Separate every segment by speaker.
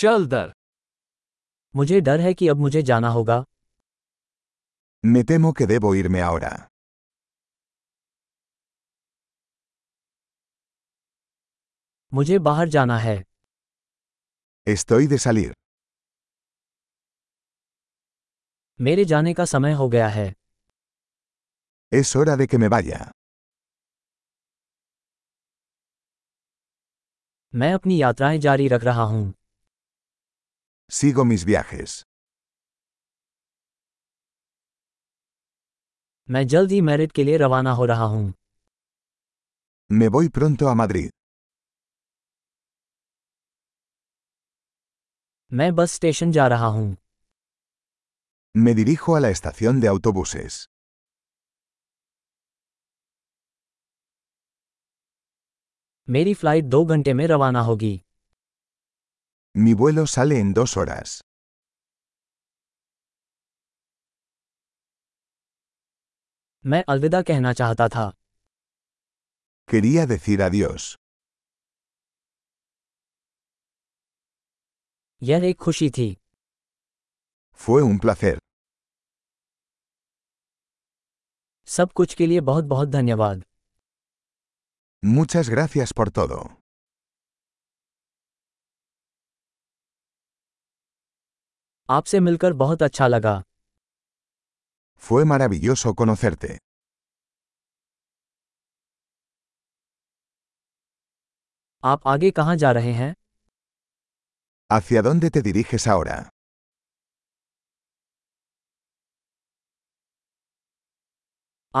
Speaker 1: चल दर
Speaker 2: मुझे डर है कि अब मुझे जाना होगा
Speaker 3: Me temo que debo irme ahora.
Speaker 2: मुझे बाहर जाना है
Speaker 3: Estoy de salir.
Speaker 2: मेरे जाने का समय हो गया है
Speaker 3: Es hora de que me vaya.
Speaker 2: मैं अपनी यात्राएं जारी रख रहा हूँ
Speaker 3: Sigo mis viajes.
Speaker 2: मैं जल्द ही मेरिट के लिए रवाना हो रहा हूँ
Speaker 3: Me voy pronto a Madrid.
Speaker 2: मैं बस स्टेशन जा रहा हूँ
Speaker 3: Me dirijo a la estación de autobuses.
Speaker 2: मेरी फ्लाइट दो घंटे में रवाना होगी
Speaker 3: Mi vuelo sale en dos horas.
Speaker 2: मैं अलविदा कहना चाहता था
Speaker 3: Quería decir adiós.
Speaker 2: यह एक खुशी थी
Speaker 3: Fue un placer.
Speaker 2: सब कुछ के लिए बहुत बहुत धन्यवाद
Speaker 3: Muchas gracias por todo.
Speaker 2: आपसे मिलकर बहुत अच्छा लगा
Speaker 3: Fue maravilloso conocerte.
Speaker 2: आप आगे कहाँ जा रहे हैं
Speaker 3: ¿Hacia dónde te diriges ahora?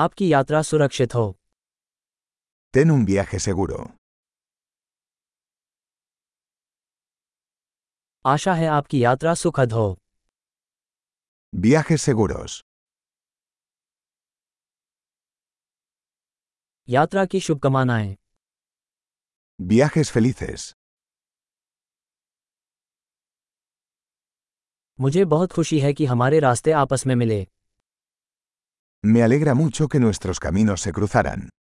Speaker 2: आपकी यात्रा सुरक्षित हो
Speaker 3: Ten un viaje seguro.
Speaker 2: आशा है आपकी यात्रा सुखद हो
Speaker 3: Viajes seguros.
Speaker 2: यात्रा की शुभकामनाएं
Speaker 3: Viajes felices.
Speaker 2: मुझे बहुत खुशी है कि हमारे रास्ते आपस में मिले
Speaker 3: Me alegra mucho que nuestros caminos se cruzaran.